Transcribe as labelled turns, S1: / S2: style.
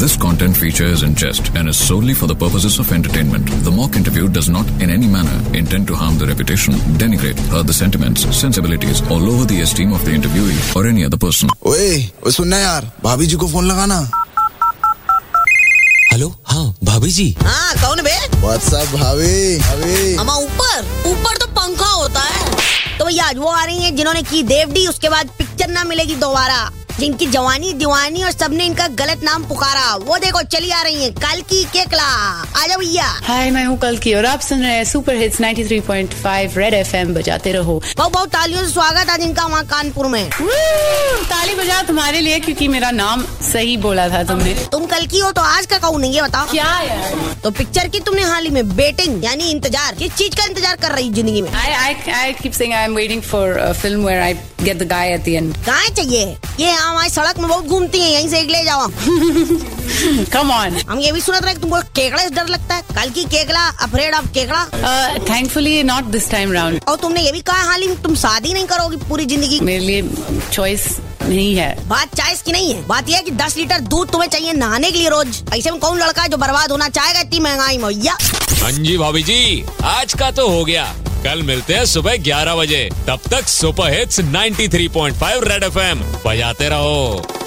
S1: This content feature is in jest and is solely for the purposes of entertainment. The mock interview does not in any manner intend to harm the reputation, denigrate, hurt the sentiments, sensibilities, or lower the esteem of the interviewee or any other person.
S2: ओए ओए सुनना यार भाभी जी को phone लगाना
S3: hello हाँ भाभी जी
S4: हाँ कौन बे
S2: व्हाट्सअप भाभी भाभी
S4: अमा ऊपर ऊपर तो पंखा होता है तो भैया आज वो आ रही हैं जिन्होंने की देवडी उसके बाद पिक्चर ना मिलेगी दोबारा जिनकी जवानी दीवानी और सबने इनका गलत नाम पुकारा वो देखो चली आ रही हैं कल की केकला आ जाओ भैया
S5: हाय मैं हूँ कल्कि और आप सुन रहे हैं सुपर हिट्स 93.5 रेड एफएम बजाते रहो
S4: बहुत बहुत तालियों से स्वागत आज इनका वहाँ कानपुर में
S5: ताली बजा तुम्हारे लिए क्योंकि मेरा नाम सही बोला था तुमने
S4: तुम कल की हो तो आज का कौन है ये बताओ
S5: क्या यार
S4: तो पिक्चर की तुमने हाल ही में बेटिंग यानी इंतजार किस चीज का इंतजार कर रही हो जिंदगी में
S5: I I I keep saying I am waiting for a film where I get the guy at the end
S4: कहाँ चाहिए ये हाँ हमारी सड़क में बहुत घूमती है यहीं से एक ले जाओ
S5: कम ऑन
S4: हम ये भी सुना था कि तुमको केकड़ा से डर लगता है कल की केकड़ा अफ्रेड ऑफ केकड़ा
S5: Uh, thankfully not this time round
S4: और तुमने ये भी कहा हाल ही में तुम शादी नहीं करोगी पूरी जिंदगी
S5: मेरे लिए चॉइस नहीं है
S4: बात चाइस की नहीं है बात यह है कि 10 लीटर दूध तुम्हें चाहिए नहाने के लिए रोज ऐसे में कौन लड़का है जो बर्बाद होना चाहेगा इतनी महंगाई में भैया
S6: हाँ जी भाभी जी आज का तो हो गया कल मिलते हैं सुबह 11 बजे तब तक सुपर हिट्स 93.5 रेड एफएम बजाते रहो